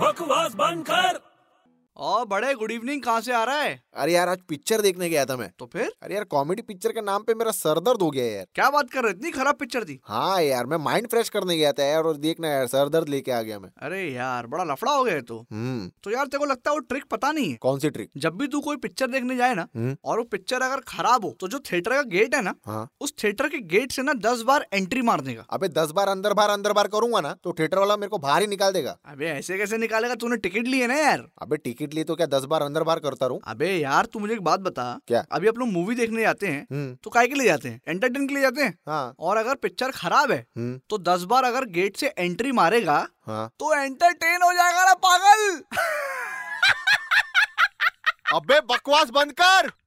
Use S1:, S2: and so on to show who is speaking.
S1: बकवास बंद कर
S2: और बड़े गुड इवनिंग कहाँ से आ रहा है
S3: अरे यार आज पिक्चर देखने गया था मैं
S2: तो फिर
S3: अरे यार कॉमेडी पिक्चर के नाम पे मेरा सर दर्द हो गया यार
S2: क्या बात कर रहे हो इतनी खराब पिक्चर थी
S3: हाँ यार मैं माइंड फ्रेश करने गया था यार और देखना यार सर दर्द लेके आ गया मैं
S2: अरे यार बड़ा लफड़ा हो गया तो
S3: हम्म
S2: तो यार तेरे को लगता है वो ट्रिक पता नहीं है
S3: कौन सी ट्रिक
S2: जब भी तू कोई पिक्चर देखने जाए ना
S3: हम्म।
S2: और वो पिक्चर अगर खराब हो तो जो थिएटर का गेट है ना
S3: हाँ
S2: उस थिएटर के गेट से ना दस बार एंट्री मारने का
S3: अबे दस बार अंदर बार अंदर बार करूंगा ना तो थिएटर वाला मेरे को बाहर ही निकाल देगा
S2: अबे ऐसे कैसे निकालेगा तूने टिकट ली है ना यार
S3: अबे टिकट ली तो क्या दस बार अंदर बार करता रहूं
S2: अबे यार तू मुझे एक बात बता
S3: क्या?
S2: अभी आप लोग मूवी देखने जाते हैं
S3: हम्म
S2: तो काय के लिए जाते हैं एंटरटेन के लिए जाते हैं
S3: हाँ
S2: और अगर पिक्चर खराब है
S3: हम्म
S2: तो दस बार अगर गेट से एंट्री मारेगा
S3: हाँ
S2: तो एंटरटेन हो जाएगा ना पागल
S3: अबे बकवास बंद कर